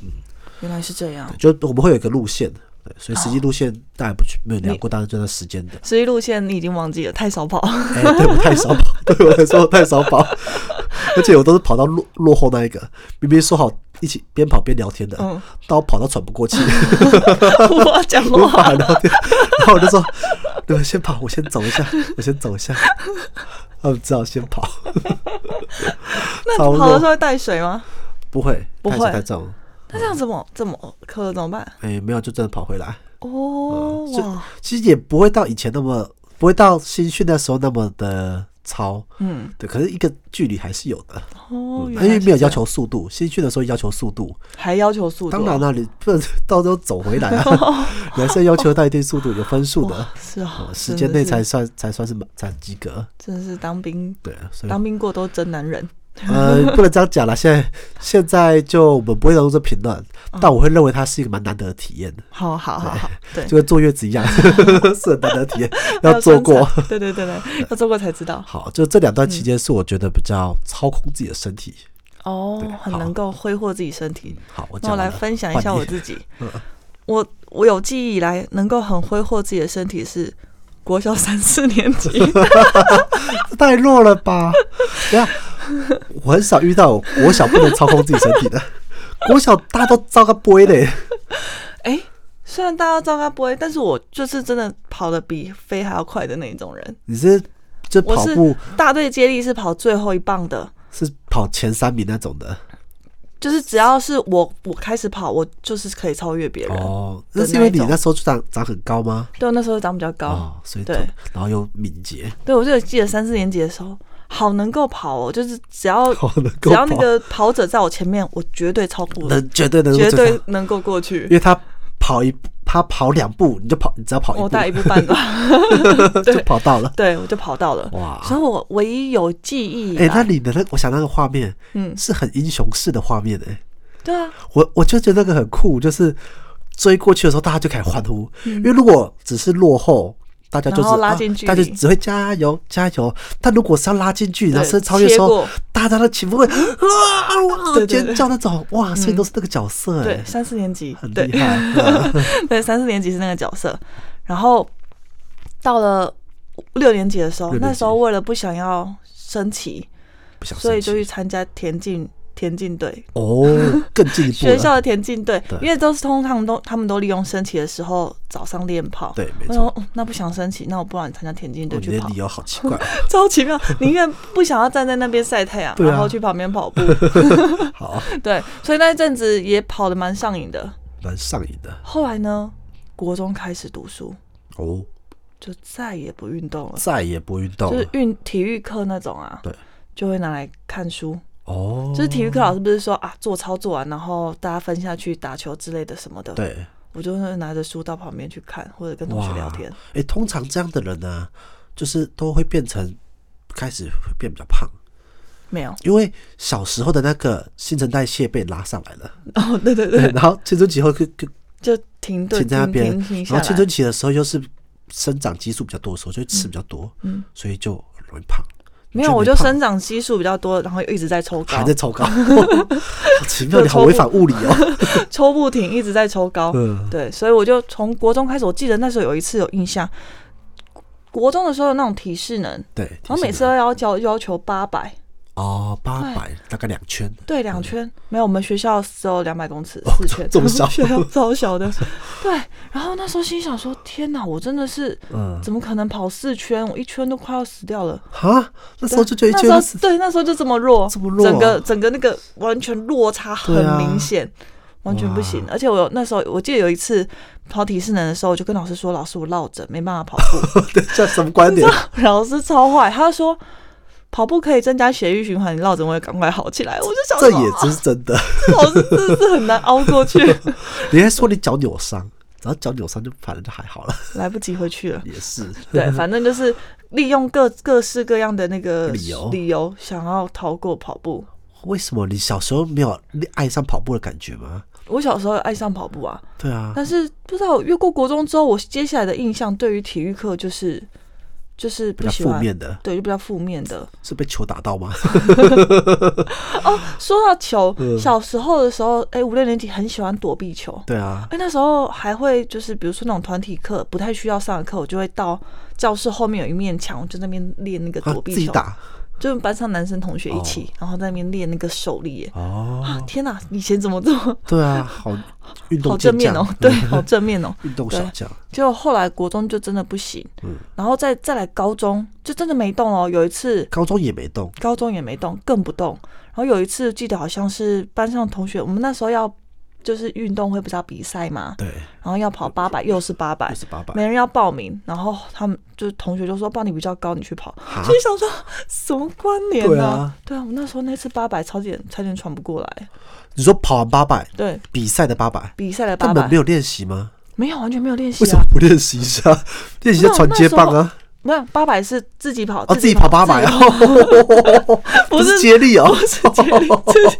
Speaker 3: 原来是这样。，
Speaker 2: 就我们会有一个路线，对，所以实际路线大家不去没有聊过，当然就那时间的
Speaker 3: 十一路线你已经忘记了，太少跑。
Speaker 2: 哎、对我太少跑，对我来说我太少跑， 而且我都是跑到落落后那一个，明明说好一起边跑边聊天的，
Speaker 3: 嗯
Speaker 2: 但我跑到喘不过气。
Speaker 3: 我讲
Speaker 2: 无
Speaker 3: 过 话
Speaker 2: 法聊天。然后我就说，你们先跑，我先走一 下，我先走一下。他们只好先跑，
Speaker 3: 那
Speaker 2: 超
Speaker 3: 跑的时
Speaker 2: 弱，
Speaker 3: 候会带水吗？
Speaker 2: 不会，
Speaker 3: 不
Speaker 2: 太
Speaker 3: 会
Speaker 2: 太重。
Speaker 3: 那这样怎么怎么渴了怎么办？
Speaker 2: 哎、没有，就真的跑回来。
Speaker 3: 哦
Speaker 2: 嗯
Speaker 3: 哇，
Speaker 2: 其实也不会到以前那么，不会到新训那时候那么的超，
Speaker 3: 嗯
Speaker 2: 对。可是一个距离还是有的，
Speaker 3: 哦，
Speaker 2: 嗯
Speaker 3: 原
Speaker 2: 因
Speaker 3: 来
Speaker 2: 为
Speaker 3: 是
Speaker 2: 没有
Speaker 3: 这
Speaker 2: 要
Speaker 3: 样，
Speaker 2: 求速度，新训的时候要求速度，
Speaker 3: 还要求速度啊，
Speaker 2: 当然了、你不能到时候走回来 啊，你还是要要求到一定速度，有分数的，
Speaker 3: 是啊
Speaker 2: 呃，时间内
Speaker 3: 真
Speaker 2: 才
Speaker 3: 的是
Speaker 2: 算才算是满才及格。
Speaker 3: 真的是当兵
Speaker 2: 对，所以
Speaker 3: 当兵过都真男人，
Speaker 2: 呃，不能这样讲了。现在现在就我们不会当做评论，
Speaker 3: 嗯
Speaker 2: 但我会认为它是一个蛮难得的体验，
Speaker 3: 好好好好，对，
Speaker 2: 就跟坐月子一样， 是很难得的体验，要做过。
Speaker 3: 还有生产，对对对对，要做过才 知道
Speaker 2: 好，就这两段期间是我觉得比较操控自己的身体。
Speaker 3: 哦
Speaker 2: 对，
Speaker 3: 很
Speaker 2: 好
Speaker 3: 能够挥霍自己身体。
Speaker 2: 好，我
Speaker 3: 那
Speaker 2: 讲
Speaker 3: 我
Speaker 2: 完
Speaker 3: 来
Speaker 2: 了
Speaker 3: 分享一
Speaker 2: 换
Speaker 3: 下
Speaker 2: 你嗯
Speaker 3: 我 自己，我我有记忆以来能够很挥霍自己的身体是国小三四年 级，
Speaker 2: 这 太弱了吧？等一下，我很少遇到有国小不能操控自己身体 的，国小大家都照个杯嘞。
Speaker 3: 哎、虽然大家照他不会，但是我就是真的跑得比飞还要快的那一种人。
Speaker 2: 你是就
Speaker 3: 我
Speaker 2: 跑
Speaker 3: 是
Speaker 2: 步
Speaker 3: 大队接力是跑最后一棒的，
Speaker 2: 是跑前三名那种的
Speaker 3: 就是只要是我我开始跑，我就是可以超越别人。
Speaker 2: 哦？
Speaker 3: 的
Speaker 2: 那是因为
Speaker 3: 那一
Speaker 2: 你
Speaker 3: 种
Speaker 2: 那时候就长长很高吗？
Speaker 3: 对，我那时候长比较高，
Speaker 2: 哦，所以
Speaker 3: 啊对
Speaker 2: 就然后又敏捷，
Speaker 3: 对我就记得三四年级的时候，好能够跑哦，就是只要
Speaker 2: 好能
Speaker 3: 只
Speaker 2: 够
Speaker 3: 要那
Speaker 2: 跑
Speaker 3: 个跑者在我前面，我绝对超过，
Speaker 2: 能绝对能够
Speaker 3: 绝
Speaker 2: 追
Speaker 3: 对
Speaker 2: 上
Speaker 3: 能够过
Speaker 2: 因
Speaker 3: 去。
Speaker 2: 为他跑一他跑两步，你就跑，你只要跑
Speaker 3: 我
Speaker 2: 一
Speaker 3: 大一
Speaker 2: 步
Speaker 3: 步半吧，
Speaker 2: 就跑到了。
Speaker 3: 对我就跑到了。
Speaker 2: 哇
Speaker 3: 所以我唯一有记忆以啊来，
Speaker 2: 哎、那你的那我想那个画面，
Speaker 3: 嗯
Speaker 2: 是很英雄式的画面哎、
Speaker 3: 对啊，
Speaker 2: 我我就觉得那个很酷，就是追过去的时候，大家就开始欢呼，因为如果只是落后。大家就
Speaker 3: 嗯然后
Speaker 2: 是
Speaker 3: 拉
Speaker 2: 啊
Speaker 3: 近距
Speaker 2: 大家
Speaker 3: 离
Speaker 2: 只会加油加油。但如果是要拉近距离，然后
Speaker 3: 对
Speaker 2: 甚至超越的
Speaker 3: 切
Speaker 2: 时候
Speaker 3: 过，
Speaker 2: 大家的起伏会啊 哇
Speaker 3: 对对
Speaker 2: 尖
Speaker 3: 对
Speaker 2: 叫那种哇，所以都是那个角色
Speaker 3: 对
Speaker 2: 哎，，
Speaker 3: 三四年级
Speaker 2: 很，
Speaker 3: 对
Speaker 2: 厉害。嗯
Speaker 3: 对，三四年级是那个角色。然后到了六年级的时候
Speaker 2: 六，年级
Speaker 3: 那时候为了不想要升旗，
Speaker 2: 不想
Speaker 3: 所以就
Speaker 2: 生气
Speaker 3: 去参加田径田径队，
Speaker 2: 哦，更进一步了。
Speaker 3: 学校的田径队
Speaker 2: 对，
Speaker 3: 因为都是通常都他们都利用升旗的时候早上练跑。
Speaker 2: 对没
Speaker 3: 我
Speaker 2: 错
Speaker 3: 想说、嗯那不想升旗，那我不然参加田径
Speaker 2: 我
Speaker 3: 队
Speaker 2: 觉
Speaker 3: 去
Speaker 2: 得
Speaker 3: 跑
Speaker 2: 理，由好奇怪哦。
Speaker 3: 超奇妙，宁愿不想要站在那边晒太阳，
Speaker 2: 对啊
Speaker 3: 然后去旁边跑步。
Speaker 2: 好，
Speaker 3: 对，所以那一阵子也跑得蛮上瘾的。
Speaker 2: 蛮上瘾的
Speaker 3: 后来呢，国中开始读书，
Speaker 2: 哦，
Speaker 3: 就再也不运动了，
Speaker 2: 再也不运动
Speaker 3: 就是
Speaker 2: 了
Speaker 3: 运体育课那种啊，
Speaker 2: 对，
Speaker 3: 就会拿来看书。
Speaker 2: 哦，
Speaker 3: 就是体育课老师不是说啊，做操做完，然后大家分下去打球之类的什么的。，
Speaker 2: 对。
Speaker 3: 我就是拿着书到旁边去看，或者跟同学聊天。
Speaker 2: 哎、通常这样的人呢、就是都会变成开始会变比较胖，
Speaker 3: 没有，
Speaker 2: 因为小时候的那个新陈代谢被拉上来了，
Speaker 3: 哦，对对
Speaker 2: 对，
Speaker 3: 对，
Speaker 2: 然后青春期后就就
Speaker 3: 就停顿，
Speaker 2: 停嗯在那边，
Speaker 3: 停停停
Speaker 2: 然
Speaker 3: 下
Speaker 2: 后
Speaker 3: 来。
Speaker 2: 青春期的时候又是生长激素比较多的时候，就会吃比较多，嗯，所以就很容易胖。
Speaker 3: 没有，我
Speaker 2: 觉
Speaker 3: 就
Speaker 2: 得你胖
Speaker 3: 生长激素比较多，然后一直在抽高
Speaker 2: 还，在 抽高，好奇妙，你好违反物理哦。
Speaker 3: 抽不停，一直在抽高。
Speaker 2: 嗯，
Speaker 3: 对，所以我就从国中开始，我记得那时候有一次有印象，国中的时候有那种体适能，
Speaker 2: 对，
Speaker 3: 然嗯后每
Speaker 2: 提
Speaker 3: 次
Speaker 2: 醒
Speaker 3: 都哎
Speaker 2: 你
Speaker 3: 要要要求八百，
Speaker 2: 哦，八百大概两圈，
Speaker 3: 对，两圈、没有，我们学校只有两百公尺，
Speaker 2: 嗯哦
Speaker 3: 四圈，
Speaker 2: 这么小
Speaker 3: 学校超 小的。对，然后那时候心想说：“天哪，我真的是
Speaker 2: 嗯，
Speaker 3: 怎么可能跑四圈？我一圈都快要死掉了。
Speaker 2: 哈，那时
Speaker 3: 对”啊
Speaker 2: 候就觉得一
Speaker 3: 那
Speaker 2: 圈
Speaker 3: 时候
Speaker 2: 是
Speaker 3: 对，那时候就这么弱，
Speaker 2: 这么弱啊
Speaker 3: 整个整个那个完全落差很
Speaker 2: 对啊
Speaker 3: 明显，完全不行
Speaker 2: 哇。
Speaker 3: 而且我有那时候我记得有一次跑体适能的时候，我就跟老师说：“老师，我落枕，没办法跑 步。”
Speaker 2: 对这什么观点？
Speaker 3: 老师超坏，他就说跑步可以增加血液循环，你落枕我也赶快好起来。我就想
Speaker 2: 这
Speaker 3: 说
Speaker 2: 也
Speaker 3: 啊
Speaker 2: 真是真的。
Speaker 3: 老师真的是很难熬过去，
Speaker 2: 你还说你脚扭伤，只要脚扭伤就反正就还好 了，
Speaker 3: 来不及回去了。
Speaker 2: 也是。
Speaker 3: 对，反正就是利用各各式各样的那个
Speaker 2: 理由
Speaker 3: 理由想要逃过跑步。
Speaker 2: 为什么你小时候没有爱上跑步的感觉吗？
Speaker 3: 我小时候爱上跑步啊，
Speaker 2: 对啊，
Speaker 3: 但是不知道越过国中之后，我接下来的印象对于体育课就是就是
Speaker 2: 比
Speaker 3: 不
Speaker 2: 较
Speaker 3: 喜
Speaker 2: 负
Speaker 3: 欢，
Speaker 2: 面的
Speaker 3: 对，就比较负面的。
Speaker 2: 是被球打到吗？
Speaker 3: 说到球，
Speaker 2: 嗯
Speaker 3: 小时候的时候，哎、五六年级很喜欢躲避球，
Speaker 2: 对啊，
Speaker 3: 哎、那时候还会就是，比如说那种团体课不太需要上的课，我就会到教室后面有一面墙，我就在那边练那个
Speaker 2: 啊
Speaker 3: 躲
Speaker 2: 自
Speaker 3: 避
Speaker 2: 己
Speaker 3: 球。
Speaker 2: 打，
Speaker 3: 就是班上男生同学一起，然后在那边练那个手力耶。
Speaker 2: 哦，
Speaker 3: 天哪，以前怎么这么
Speaker 2: 对啊，好运动
Speaker 3: 好正面
Speaker 2: 健
Speaker 3: 哦
Speaker 2: 将？ 嗯
Speaker 3: 对，好正面哦。
Speaker 2: 运动小将，
Speaker 3: 就后来国中就真的不行，
Speaker 2: 嗯
Speaker 3: 然后再再来高中就真的没动哦。有一次
Speaker 2: 高中也没动，
Speaker 3: 高中也没动，更不动。然后有一次记得好像是班上同学，我们那时候要就是运动会不是要比赛嘛，
Speaker 2: 对，
Speaker 3: 然后要跑八百，又是八百
Speaker 2: 六，十八
Speaker 3: 没
Speaker 2: 百，
Speaker 3: 人要报名，然后他们就是同学就说报你比较高，你去跑。
Speaker 2: 哈
Speaker 3: 就想说什么关联
Speaker 2: 对
Speaker 3: 呢、
Speaker 2: 啊
Speaker 3: 对啊，我那时候那次八百超点差点喘不过来。
Speaker 2: 你说跑完八百，
Speaker 3: 对，
Speaker 2: 比赛的八百，
Speaker 3: 比赛的八
Speaker 2: 他们
Speaker 3: 百
Speaker 2: 没有练习吗？
Speaker 3: 没有完全没有练习
Speaker 2: 为什么
Speaker 3: 啊，
Speaker 2: 不练习一下？ 练习一下传接棒啊！
Speaker 3: 没有八百是自己跑，
Speaker 2: 哦，自己跑八百
Speaker 3: 自 己
Speaker 2: 啊，
Speaker 3: 跑不
Speaker 2: 不是
Speaker 3: 是
Speaker 2: 接力 哦。
Speaker 3: 不是接力，自己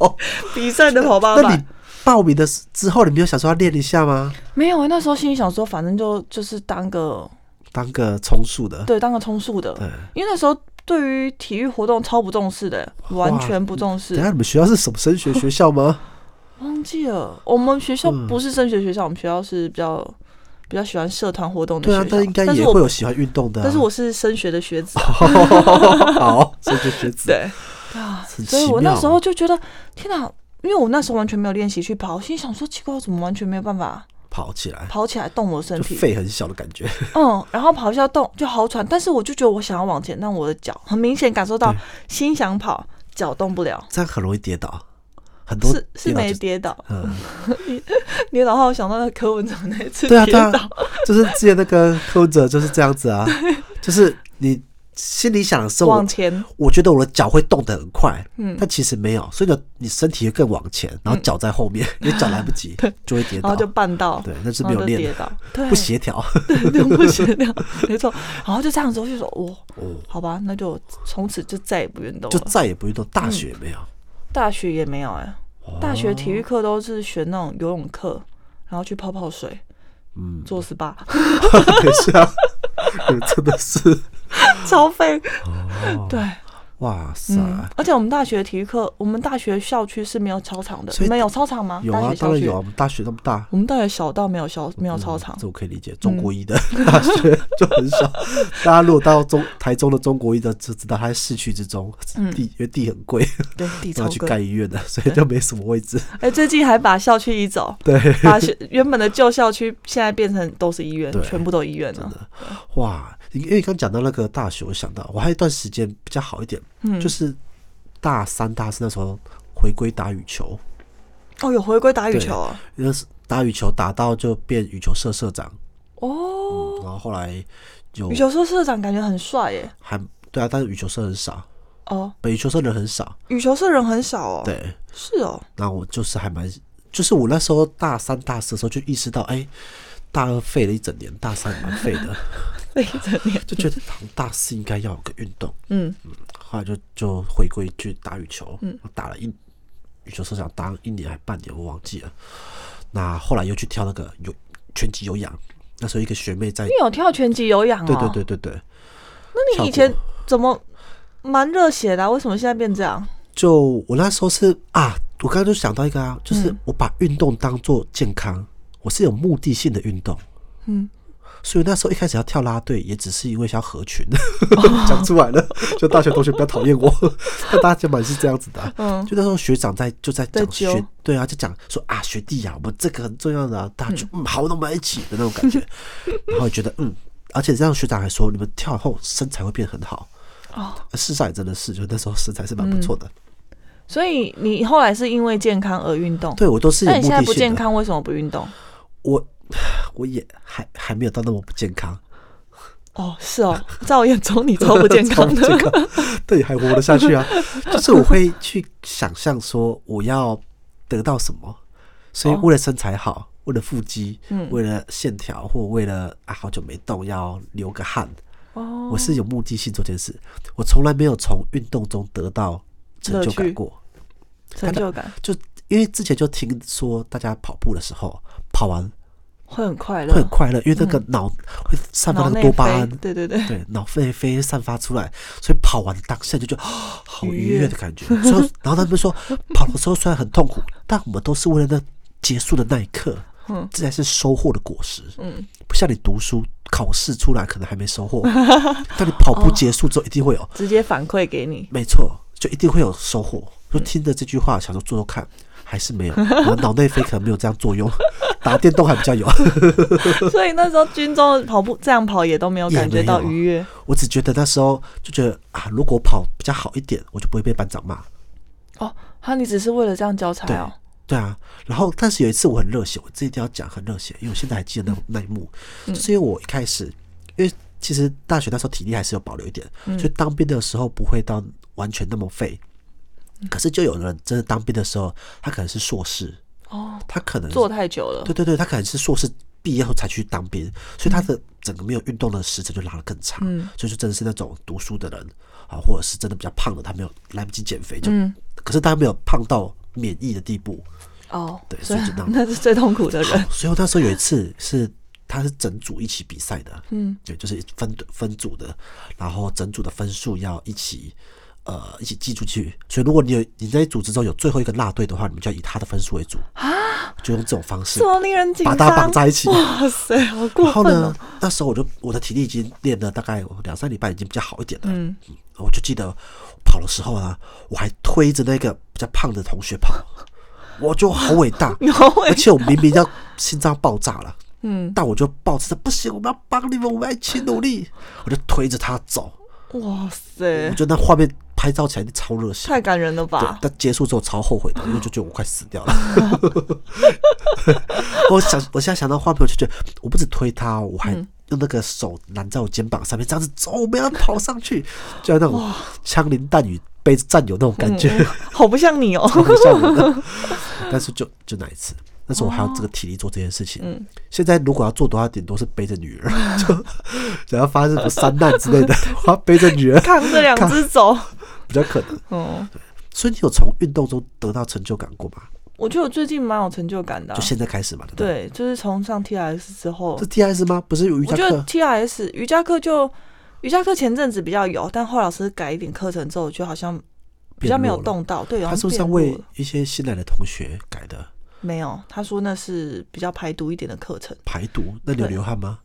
Speaker 3: 比赛的跑八
Speaker 2: 那
Speaker 3: 百
Speaker 2: 你。报名的时之后，你没有想说要练一下吗？
Speaker 3: 没有啊，那时候心里想说，反正就就是当个
Speaker 2: 当个充数的，
Speaker 3: 对当个充数的，
Speaker 2: 呃对。
Speaker 3: 因为那时候对于体育活动超不重视的，完全不重
Speaker 2: 等一
Speaker 3: 视。
Speaker 2: 下你们学校是什么升学学校吗？
Speaker 3: 忘记了，我们学校
Speaker 2: 嗯
Speaker 3: 不是升学学校，我们学校是比较比较喜欢社团活动的
Speaker 2: 对啊
Speaker 3: 学，校，
Speaker 2: 那应该
Speaker 3: 但是
Speaker 2: 也
Speaker 3: 我
Speaker 2: 会有喜欢运动的啊。哦
Speaker 3: 但 是我是升学的学子，
Speaker 2: 好，升学学子，
Speaker 3: 对 啊，
Speaker 2: 很
Speaker 3: 所以
Speaker 2: 奇
Speaker 3: 我那
Speaker 2: 妙
Speaker 3: 时候就觉得天哪，因为我那时候完全没有练习去跑，我心里想说奇怪，我怎么完全没有办法
Speaker 2: 跑起来，
Speaker 3: 跑起来动我的身
Speaker 2: 就
Speaker 3: 体？
Speaker 2: 肺很小的感觉。
Speaker 3: 嗯，然后跑一下动就好喘，但是我就觉得我想要往前，但我的脚很明显感受到
Speaker 2: 对
Speaker 3: 心想跑，脚动不了。
Speaker 2: 这样很容易跌倒，很多
Speaker 3: 是是
Speaker 2: 跌倒
Speaker 3: 没
Speaker 2: 就
Speaker 3: 跌倒，
Speaker 2: 嗯，
Speaker 3: 跌倒后我想到那柯文哲那一次
Speaker 2: 对啊
Speaker 3: 跌
Speaker 2: 对啊
Speaker 3: 倒，，
Speaker 2: 就是之前那个柯文哲就是这样子啊，就是你心里想的时候，
Speaker 3: 往
Speaker 2: 我
Speaker 3: 前，
Speaker 2: 我觉得我的脚会动得很快，
Speaker 3: 嗯
Speaker 2: 但其实没有，所以呢，你身体会更往前，然后脚在后 面，你脚来不及就会跌
Speaker 3: 然
Speaker 2: 倒
Speaker 3: 后，就绊到，
Speaker 2: 对，那是
Speaker 3: 然
Speaker 2: 没
Speaker 3: 后
Speaker 2: 有
Speaker 3: 就跌
Speaker 2: 练的，
Speaker 3: 倒，对，哦
Speaker 2: 不协调。
Speaker 3: 对，就不协调， 没错。然后就这样子，我就说，哦，
Speaker 2: 哦，
Speaker 3: 好吧，那就从此就再也不运动
Speaker 2: 就
Speaker 3: 了。
Speaker 2: 再也不运动，大学也没有。
Speaker 3: 大学也没有哎、
Speaker 2: 哦
Speaker 3: 大学体育课都是选那种游泳课，然后去泡泡水，
Speaker 2: 嗯，
Speaker 3: 做 SPA，
Speaker 2: 等一下，你啊 真的是
Speaker 3: 超费。
Speaker 2: 哦
Speaker 3: 对，
Speaker 2: 哇塞！
Speaker 3: 嗯，而且我们大学体育课，我们大学校区是没有操场的。
Speaker 2: 所以
Speaker 3: 你们有操场吗？
Speaker 2: 有
Speaker 3: 大
Speaker 2: 啊
Speaker 3: 学，
Speaker 2: 当
Speaker 3: 校
Speaker 2: 然
Speaker 3: 区
Speaker 2: 有啊，我嗯们大学那么大，
Speaker 3: 我们大学小到没有校没有操场。
Speaker 2: 这我可以理解。中
Speaker 3: 嗯
Speaker 2: 国一的大学就很少，大家如果到中台中的中国一的，就知道它在市区之中，
Speaker 3: 嗯
Speaker 2: 地因为地很贵，
Speaker 3: 对，地
Speaker 2: 都
Speaker 3: 超
Speaker 2: 要去
Speaker 3: 贵。
Speaker 2: 盖医院的，所以就没什么位 置。
Speaker 3: 哎、最近还把校区移走，
Speaker 2: 对，
Speaker 3: 把学原本的旧校区现在变成都是医院
Speaker 2: 对，
Speaker 3: 全部都医院了。
Speaker 2: 哇，因为刚讲到那个大学，我想到我还有一段时间比较好一点，
Speaker 3: 嗯，
Speaker 2: 就是大三、大四那时候回归打羽球，
Speaker 3: 哦，有回归打羽球哦。
Speaker 2: 因为是打羽球打到就变羽球社社长，
Speaker 3: 哦，
Speaker 2: 然后后来有
Speaker 3: 羽球社社长感觉很帅耶。
Speaker 2: 还对啊，但是羽球社很少，
Speaker 3: 哦，
Speaker 2: 羽球社人很少，
Speaker 3: 羽球社人很少哦。，
Speaker 2: 对。
Speaker 3: 是哦。
Speaker 2: 那我就是还蛮，就是我那时候大三、大四的时候就意识到，哎、大二废了一整年，大三也蛮废 的，
Speaker 3: 那一整年，
Speaker 2: 就觉得好像大四应该要有个运动。
Speaker 3: 嗯，
Speaker 2: 后来就就回归去打羽球，
Speaker 3: 嗯
Speaker 2: 我打了一羽球社长打了一年还半年，我忘记了。那后来又去跳那个有拳击有氧，那时候一个学妹在，
Speaker 3: 你有跳拳击、有氧哦。
Speaker 2: 对对。对对对，
Speaker 3: 那你以前怎么蛮热血的、啊？为什么现在变这样？
Speaker 2: 就我那时候是啊，我刚刚就想到一个啊，就是
Speaker 3: 嗯
Speaker 2: 我把运动当做健康，我是有目的性的运动。
Speaker 3: 嗯，
Speaker 2: 所以那时候一开始要跳啦队，也只是因为想合群，
Speaker 3: 哦
Speaker 2: 讲出来了，就大学同学不要讨厌 我，但大家蛮是这样子的啊、
Speaker 3: 嗯
Speaker 2: 就那时候学长在就在
Speaker 3: 在
Speaker 2: 讲
Speaker 3: 揪
Speaker 2: 学，对啊，就讲说啊学弟呀、我们这个很重要的、啊，大家就嗯好，那我们一起的那种感 觉，然后觉得嗯，而且这样学长还说你们跳后身材会变很好，
Speaker 3: 哦，
Speaker 2: 事实上也真的是，就那时候身材是蛮不错的，
Speaker 3: 所以你后来是因为健康而运动，
Speaker 2: 对我都是有
Speaker 3: 那你
Speaker 2: 目
Speaker 3: 现在
Speaker 2: 的
Speaker 3: 不
Speaker 2: 性
Speaker 3: 健
Speaker 2: 的，
Speaker 3: 康，为什么不运动？
Speaker 2: 我 我也还还没有到那么不健康，
Speaker 3: 哦，是哦，在我眼中你超不健
Speaker 2: 超
Speaker 3: 康
Speaker 2: 不
Speaker 3: 的
Speaker 2: 健。康，对，还活得下去啊。 就是我会去想象说我要得到什么，所以
Speaker 3: 哦
Speaker 2: 为了身材好，为了腹肌，
Speaker 3: 嗯
Speaker 2: 为了线条，或为了啊好久没动要流个汗，
Speaker 3: 哦
Speaker 2: 我是有目的性做这件事。我从来没有从运动中得到成
Speaker 3: 乐
Speaker 2: 就感
Speaker 3: 趣
Speaker 2: 过，
Speaker 3: 成就感
Speaker 2: 就因为之前就听说大家跑步的时候跑完
Speaker 3: 会很快乐
Speaker 2: 会，很快乐，因为那个脑会散发
Speaker 3: 嗯脑
Speaker 2: 那个
Speaker 3: 内
Speaker 2: 多巴胺
Speaker 3: 啡，，对对对，
Speaker 2: 对，脑内啡散发出来，所以跑完当下就觉得 好愉悦的感觉。所 以，然后他们说，跑的时候虽然很痛苦，但我们都是为了那结束的那一刻，嗯，这才是收获的果实。
Speaker 3: 嗯，
Speaker 2: 不像你读书考试出来可能还没收 获，但你跑步结束之后一定会有，
Speaker 3: 直接反馈给你。
Speaker 2: 没错，就一定会有收获。
Speaker 3: 嗯
Speaker 2: 就听着这句话，想说做做看，还是没有。我的脑内啡可能没有这样作用， 打电动还比较有。
Speaker 3: 所以那时候军中的跑步这样跑也都没有
Speaker 2: 也
Speaker 3: 感觉
Speaker 2: 没
Speaker 3: 到
Speaker 2: 有
Speaker 3: 愉悦
Speaker 2: 我只觉得那时候就觉得啊，如果跑比较好一点，我就不会被班长骂。
Speaker 3: 哦。哈，你只是为了这样交差哦。
Speaker 2: 对啊，然后但是有一次我很热血，我这一定要讲很热血，因为我现在还记得那那一幕，就是因为我一开始，因为其实大学那时候体力还是有保留一点，所以当兵的时候不会到完全那么废。可是就有人真的当兵的时候，他可能是硕士，
Speaker 3: 哦，
Speaker 2: 他可能
Speaker 3: 坐太久了
Speaker 2: 对。对对，他可能是硕士毕业后才去当兵，所以他的整个没有运动的时程就拉得更长。所以就真的是那种读书的人啊，或者是真的比较胖的，他没有来不及减肥，就、可是他没有胖到免疫的地 步。
Speaker 3: 哦，
Speaker 2: 对
Speaker 3: 所以
Speaker 2: 所以就那样
Speaker 3: 那是最痛苦的人。
Speaker 2: 所以我那时候有一次是。他是整组一起比赛的，嗯，对，就是分分组的，然后整组的分数要一起，呃，一起寄出去。所以如果你有你在组织中有最后一个落队的话，你们就要以他的分数为主啊，就用这种方式
Speaker 3: 这么令人紧
Speaker 2: 把
Speaker 3: 张，
Speaker 2: 大家绑在一起。
Speaker 3: 哇塞，好过
Speaker 2: 然后
Speaker 3: 分
Speaker 2: 呢
Speaker 3: 哦！，
Speaker 2: 那时候我就我的体力已经练了大概两三礼拜，已经比较好一点了。
Speaker 3: 嗯，
Speaker 2: 我就记得跑的时候呢，我还推着那个比较胖的同学跑，我就好伟大
Speaker 3: 。你好会
Speaker 2: 而且我明明要心脏爆炸了，
Speaker 3: 嗯，
Speaker 2: 但我就抱着不行，我们要帮你们，我们要一起努力，我就推着他走。
Speaker 3: 哇
Speaker 2: 我
Speaker 3: 塞，
Speaker 2: 觉得那画面拍照起来超热血。
Speaker 3: 太感人了
Speaker 2: 对
Speaker 3: 吧，？
Speaker 2: 但结束之后超后悔的，因为就觉得我快死掉了。 我想，我现在想到画面，我就觉得我不止推他哦，我还用那个手拦在我肩膀上面，这样子走，我们要跑上去，就像那种枪林弹雨背着战友那种感觉，
Speaker 3: 嗯 好不 像你哦。
Speaker 2: 很像人的。但是就就那一次，那时候我还有这个体力做这件事情。现在如果要做的话，顶多是背着女儿， 就只要发生什么山难之类的，我要背着女儿
Speaker 3: 扛着两只走。
Speaker 2: 比较可能。
Speaker 3: 嗯，
Speaker 2: 所以你有从运动中得到成就感过吗？
Speaker 3: 我觉得我最近蛮有成就感的啊、
Speaker 2: 就现在开始嘛，对不对？
Speaker 3: 对，就是从上 TRS 之后
Speaker 2: 是，TS 吗？不是有瑜
Speaker 3: 我
Speaker 2: 伽
Speaker 3: 觉得
Speaker 2: 课？
Speaker 3: TRS 瑜伽课就瑜伽课前阵子比较有，但后来老师改一点课程之后，我觉得好像比较没有
Speaker 2: 变弱了
Speaker 3: 动到。对，好
Speaker 2: 他是不
Speaker 3: 像
Speaker 2: 是要
Speaker 3: 变弱
Speaker 2: 为
Speaker 3: 了
Speaker 2: 一些新来的同学改的
Speaker 3: 没有？他说那是比较排毒一点的课程，
Speaker 2: 排毒？那你有
Speaker 3: 对
Speaker 2: 流汗吗？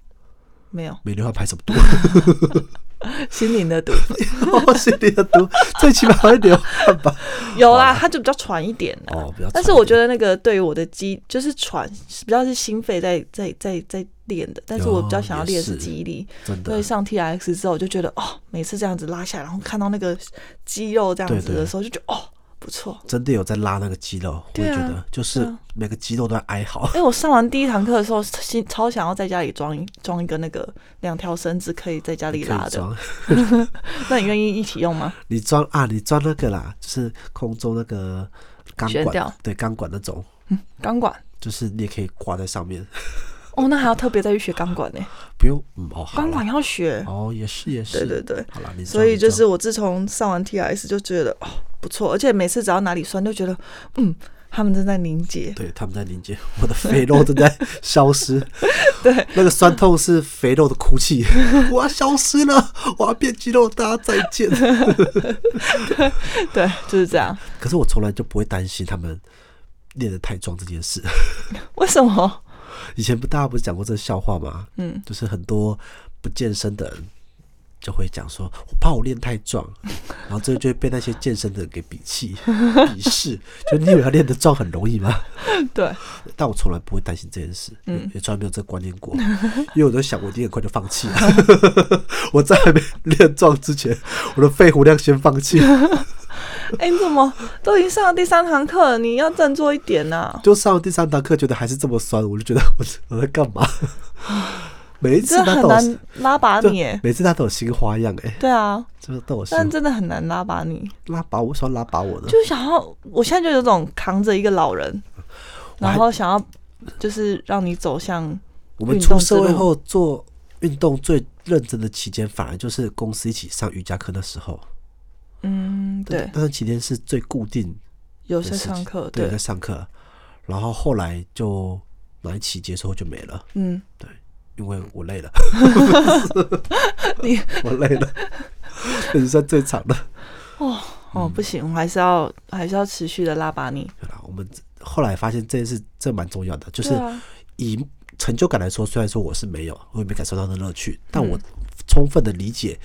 Speaker 3: 没有
Speaker 2: 没流汗排什么毒？
Speaker 3: 心灵的毒。
Speaker 2: 我心里的 毒，最起码会流汗吧？
Speaker 3: 有啦，它就比较喘一点啦。
Speaker 2: 哦，不要。
Speaker 3: 但是我觉得那个对于我的肌，就是喘，比较是心肺在在在在练的，但是我比较想要练的是
Speaker 2: 哦也是
Speaker 3: 肌力。
Speaker 2: 真
Speaker 3: 对，
Speaker 2: 的，
Speaker 3: 上 T R X 之后，我就觉得哦，每次这样子拉下来，然后看到那个肌肉这样子
Speaker 2: 对对
Speaker 3: 的时候，就觉得哦，不错。
Speaker 2: 真的有在拉那个肌肉，我
Speaker 3: 对
Speaker 2: 也
Speaker 3: 啊
Speaker 2: 觉得就是
Speaker 3: 对啊
Speaker 2: 每个肌肉都在哀嚎。
Speaker 3: 哎、我上完第一堂课的时候，心超想要在家里装一装一个那个两条绳子可以在家里
Speaker 2: 可
Speaker 3: 拉
Speaker 2: 以
Speaker 3: 的。
Speaker 2: 装，
Speaker 3: 那你愿意一起 用吗？
Speaker 2: 你装啊，你装那个啦，就是空中那个钢
Speaker 3: 悬
Speaker 2: 管
Speaker 3: 吊，
Speaker 2: 对钢管那种，
Speaker 3: 钢管？
Speaker 2: 就是你也可以挂在上面，
Speaker 3: 哦，那还要特别再去学钢管呢、
Speaker 2: 不用嗯哦，好
Speaker 3: 钢
Speaker 2: 啦
Speaker 3: 管要学。
Speaker 2: 哦，也是也是，
Speaker 3: 对对对。
Speaker 2: 好啦，你
Speaker 3: 所
Speaker 2: 装
Speaker 3: 以
Speaker 2: 你
Speaker 3: 就
Speaker 2: 装
Speaker 3: 是我自从上完 T R S 就觉得哦不错，而且每次只要哪里酸就觉得嗯，他们正在凝结。
Speaker 2: 对，他们在凝结，我的肥肉正在消失。
Speaker 3: 对，
Speaker 2: 那个酸痛是肥肉的哭泣， 我要消失了，我要变肌肉，大家再 见。
Speaker 3: 对，就是这样。
Speaker 2: 可是我从来就不会担心他们练得太壮这件事。
Speaker 3: 为什么？
Speaker 2: 以前不大家不是讲过这个笑话吗？
Speaker 3: 嗯，
Speaker 2: 就是很多不健身的人就会讲说，我怕我练太壮，然后这就会被那些健身的人给鄙弃、鄙视。 就你以为他练得壮很容易吗？
Speaker 3: 对，
Speaker 2: 但我从来不会担心这件事，
Speaker 3: 嗯
Speaker 2: 也从来没有这个观念过，因为我都想我一定很快就放弃了。 我在还没练壮之前，我的肺活量先放弃，
Speaker 3: 哎、你怎么都已经上了第三堂课了，你要振作一点啊呐、
Speaker 2: 就上了第三堂课，觉得还是这么酸，我就觉得我我在干嘛？ 每一次
Speaker 3: 真的
Speaker 2: 他
Speaker 3: 很
Speaker 2: 都有
Speaker 3: 难，拉拔
Speaker 2: 就
Speaker 3: 你耶。
Speaker 2: 每次他都有新花样哎、
Speaker 3: 对啊，
Speaker 2: 就是都有新
Speaker 3: 但真的很难拉拔你，
Speaker 2: 拉把我，为什么要拉把我呢？
Speaker 3: 就想要，我现在就有种扛着一个老人，
Speaker 2: 我还
Speaker 3: 然后想要就是让你走向
Speaker 2: 我们
Speaker 3: 运
Speaker 2: 出
Speaker 3: 动之
Speaker 2: 社会
Speaker 3: 路
Speaker 2: 后做运动最认真的期间，反而就是公司一起上瑜伽课的时候，
Speaker 3: 嗯，对，
Speaker 2: 那段期间是最固定
Speaker 3: 有
Speaker 2: 的
Speaker 3: 些
Speaker 2: 事
Speaker 3: 上
Speaker 2: 情
Speaker 3: 课，
Speaker 2: 对，
Speaker 3: 对
Speaker 2: 在，上课，然后后来就哪一期结束后就没了，
Speaker 3: 嗯，
Speaker 2: 因为我累了，
Speaker 3: 你
Speaker 2: 我累了，这是算最长的。嗯
Speaker 3: 哦不行，我还是要还是要持续的拉拔你，
Speaker 2: 对啦我们后来发现这件事这蛮重要的，就是
Speaker 3: 对啊，
Speaker 2: 以成就感来说，虽然说我是没有，我也没感受到那乐趣，
Speaker 3: 嗯
Speaker 2: 但我充分的理解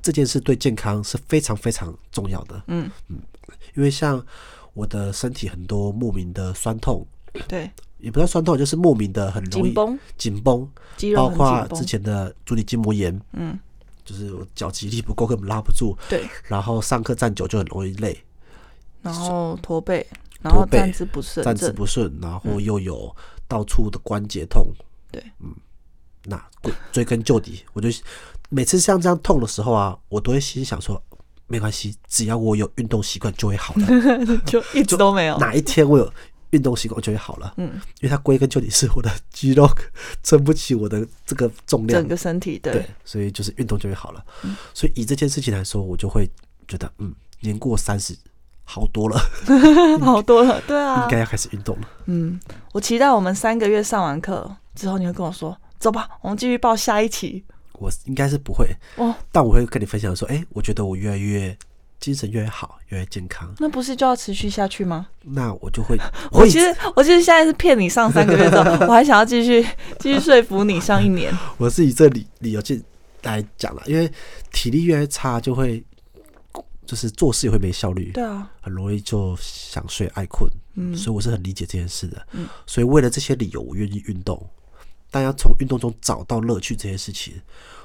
Speaker 2: 这件事对健康是非常非常重要的。
Speaker 3: 嗯
Speaker 2: 因为像我的身体很多莫名的酸痛，
Speaker 3: 对，
Speaker 2: 也不叫酸痛，就是莫名的很容易
Speaker 3: 紧绷，
Speaker 2: 紧绷，
Speaker 3: 肌肉
Speaker 2: 包
Speaker 3: 很
Speaker 2: 括
Speaker 3: 紧绷
Speaker 2: 之前的足底筋膜炎，
Speaker 3: 嗯，
Speaker 2: 就是我脚肌力不够，根本拉不住，
Speaker 3: 对，
Speaker 2: 然后上课站久就很容易累，
Speaker 3: 然后驼背，然后
Speaker 2: 驼背
Speaker 3: 站姿不是
Speaker 2: 站
Speaker 3: 很
Speaker 2: 姿
Speaker 3: 正，
Speaker 2: 不顺，然后又有到处的关节痛。
Speaker 3: 嗯对，
Speaker 2: 嗯，那归追根究底，我就每次像这样痛的时候啊，我都会心想说，没关系，只要我有运动习惯就会好 的。
Speaker 3: 就一直都没有。
Speaker 2: 哪一天我有运动习惯，我就会好了。
Speaker 3: 嗯，
Speaker 2: 因为它归根究底是我的肌肉撑不起我的这个重量
Speaker 3: 整，个身体对嗯
Speaker 2: 对，所以就是运动就会好了。所以以这件事情来说，我就会觉得，嗯，年过三十好多了，
Speaker 3: 好多了，对啊
Speaker 2: 应，该要开始运动了。
Speaker 3: 嗯，我期待我们三个月上完课之后，你会跟我说，走吧，我们继续报下一期。
Speaker 2: 我应该是不会，
Speaker 3: 哦，
Speaker 2: 但我会跟你分享说，哎、我觉得我越来越精神越来越好，越来越健康，
Speaker 3: 那不是就要持续下去吗？
Speaker 2: 那我就会，
Speaker 3: 我
Speaker 2: 会
Speaker 3: 其实我其实现在是骗你上三个月之 后，我还想要继续继续说服你上一年。
Speaker 2: 我是以这理理由去来讲了，因为体力越来越差，就会就是做事也会没效率，
Speaker 3: 对啊，
Speaker 2: 很容易就想睡爱困，
Speaker 3: 嗯
Speaker 2: 所以我是很理解这件事的，
Speaker 3: 嗯
Speaker 2: 所以为了这些理由，我愿意运动，但要从运动中找到乐趣这件事情，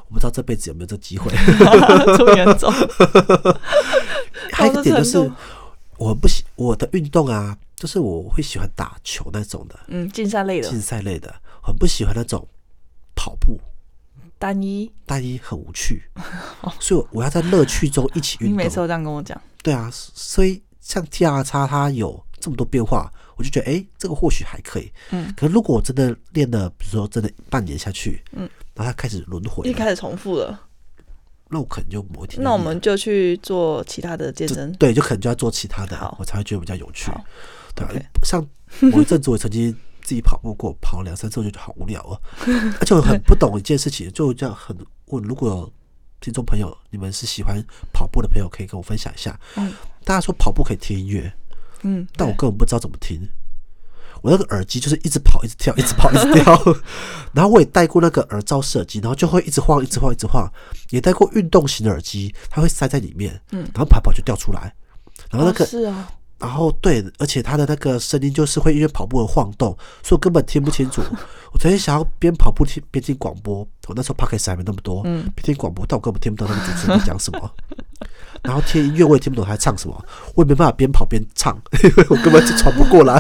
Speaker 2: 我不知道这辈子有没有这机 会。
Speaker 3: 这么严重，
Speaker 2: 还有
Speaker 3: 哦
Speaker 2: 一个点就是
Speaker 3: 程度，
Speaker 2: 我不喜我的运动啊，就是我会喜欢打球那种的，
Speaker 3: 嗯，竞赛类的
Speaker 2: 竞赛类的，很不喜欢那种跑步，
Speaker 3: 单一，
Speaker 2: 单一很无趣，所以我我要在乐趣中一起
Speaker 3: 哦 你
Speaker 2: 运
Speaker 3: 每次
Speaker 2: 动。
Speaker 3: 都这样跟我讲，
Speaker 2: 对啊，所以像 T R 叉它有这么多变化，我就觉得诶，这个或许还可以。
Speaker 3: 嗯，
Speaker 2: 可是如果我真的练了，比如说真的半年下去，
Speaker 3: 嗯，
Speaker 2: 然后它开始轮回
Speaker 3: 一
Speaker 2: 了，
Speaker 3: 开始重复了，
Speaker 2: 那我可能就某一天就
Speaker 3: 那我
Speaker 2: 腻
Speaker 3: 们
Speaker 2: 了
Speaker 3: 就去做其他的健
Speaker 2: 就
Speaker 3: 身。
Speaker 2: 对，就可能就要做其他的
Speaker 3: 好，
Speaker 2: 我才会觉得比较有趣
Speaker 3: 好。
Speaker 2: 对啊
Speaker 3: OK
Speaker 2: 像某一阵子我曾经自己跑步过，跑了两三次我就觉得好无聊 哦，而且我很不懂一件事情，就这样很问，如果有听众朋友你们是喜欢跑步的朋友，可以跟我分享一下。
Speaker 3: 嗯
Speaker 2: 大家说跑步可以听音乐，
Speaker 3: 嗯，
Speaker 2: 但我
Speaker 3: 对
Speaker 2: 根本不知道怎么听。我那个耳机就是一直跑，一直跳，一直跑，一 直跳。然后我也戴过那个耳罩式耳机，然后就会一直晃，一直晃，一直晃。也戴过运动型的耳机，它会塞在里面，
Speaker 3: 嗯
Speaker 2: 然后跑跑就掉出来。然后那个
Speaker 3: 哦，是啊，
Speaker 2: 然后对，而且它的那个声音就是会因为跑步而晃动，所以我根本听不 清楚。我曾经想要边跑步听边听广播，我那时候 p o c a s t 还没那么多，
Speaker 3: 嗯
Speaker 2: 边听广播，但我根本听不懂他们主持人在讲什么。然后听音乐我也听不懂他在唱什么，我也没办法边跑边唱， 因为我根本就喘不过来，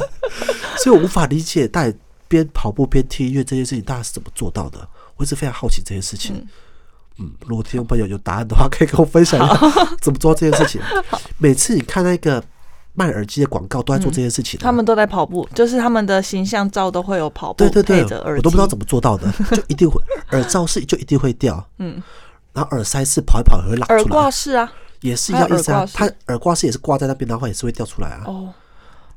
Speaker 2: 所以我无法理解大家边跑步边听音乐这件事情大家是怎么做到的。我一直非常好奇这件事情。
Speaker 3: 嗯
Speaker 2: 嗯，如果听众朋友有答案的话，可以跟我分享一下怎么做到这件事 情。每次你看那个卖耳机的广告，都在做这件事情啊、
Speaker 3: 他们都在跑步，就是他们的形象照都会有跑步
Speaker 2: 对对
Speaker 3: 配
Speaker 2: 对
Speaker 3: 着，耳
Speaker 2: 我都不知道怎
Speaker 3: 么，
Speaker 2: 么做到的，就一 定会耳罩式就一定会掉，
Speaker 3: 嗯，
Speaker 2: 然后耳塞式跑一跑也会拉
Speaker 3: 耳
Speaker 2: 出来
Speaker 3: 挂。式啊，
Speaker 2: 也是一样意思啊，
Speaker 3: 还有耳挂
Speaker 2: 它耳挂式也是挂在那边，然后也是会掉出来啊，
Speaker 3: 哦，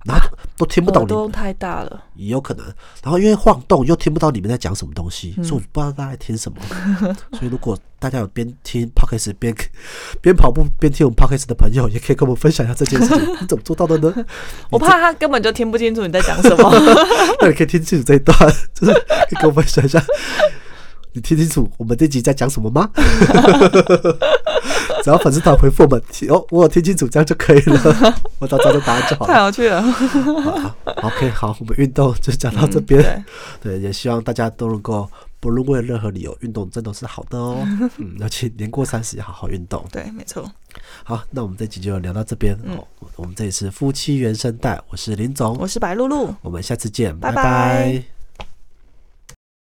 Speaker 2: 然后都听不
Speaker 3: 耳
Speaker 2: 懂你
Speaker 3: 朵太大了，
Speaker 2: 也有可能，然后因为晃动又听不到你们在讲什么东
Speaker 3: 嗯
Speaker 2: 西，所以我不知道大家在听什么。 所以如果大家有边听 podcast 边 边跑步边听我们 podcast 的朋友，也可以跟我们分享一下这件事情，你怎么做到的 呢？
Speaker 3: 我怕他根本就听不清楚你在讲什么。
Speaker 2: 那你可以听清楚这一段，就是可以跟我分享一下，你听清楚我们这集在讲什么 吗？只要粉丝团回复我们，听哦，我有听清楚，这样就可以了。我找找到答案就好
Speaker 3: 太
Speaker 2: 了。
Speaker 3: 有趣了，
Speaker 2: 好 OK，好，我们运动就讲到这边。
Speaker 3: 嗯对，
Speaker 2: 对，也希望大家都能够，不论为了任何理由，运动真的是好的 哦。嗯，尤其年过三十，好好运动。
Speaker 3: 对，没错，
Speaker 2: 好，那我们这集就聊到这边。
Speaker 3: 嗯
Speaker 2: 好，我我们这里是夫妻原声带，我是林总，
Speaker 3: 我是白露露。
Speaker 2: 我们下次见，
Speaker 3: 拜
Speaker 2: 拜
Speaker 3: 拜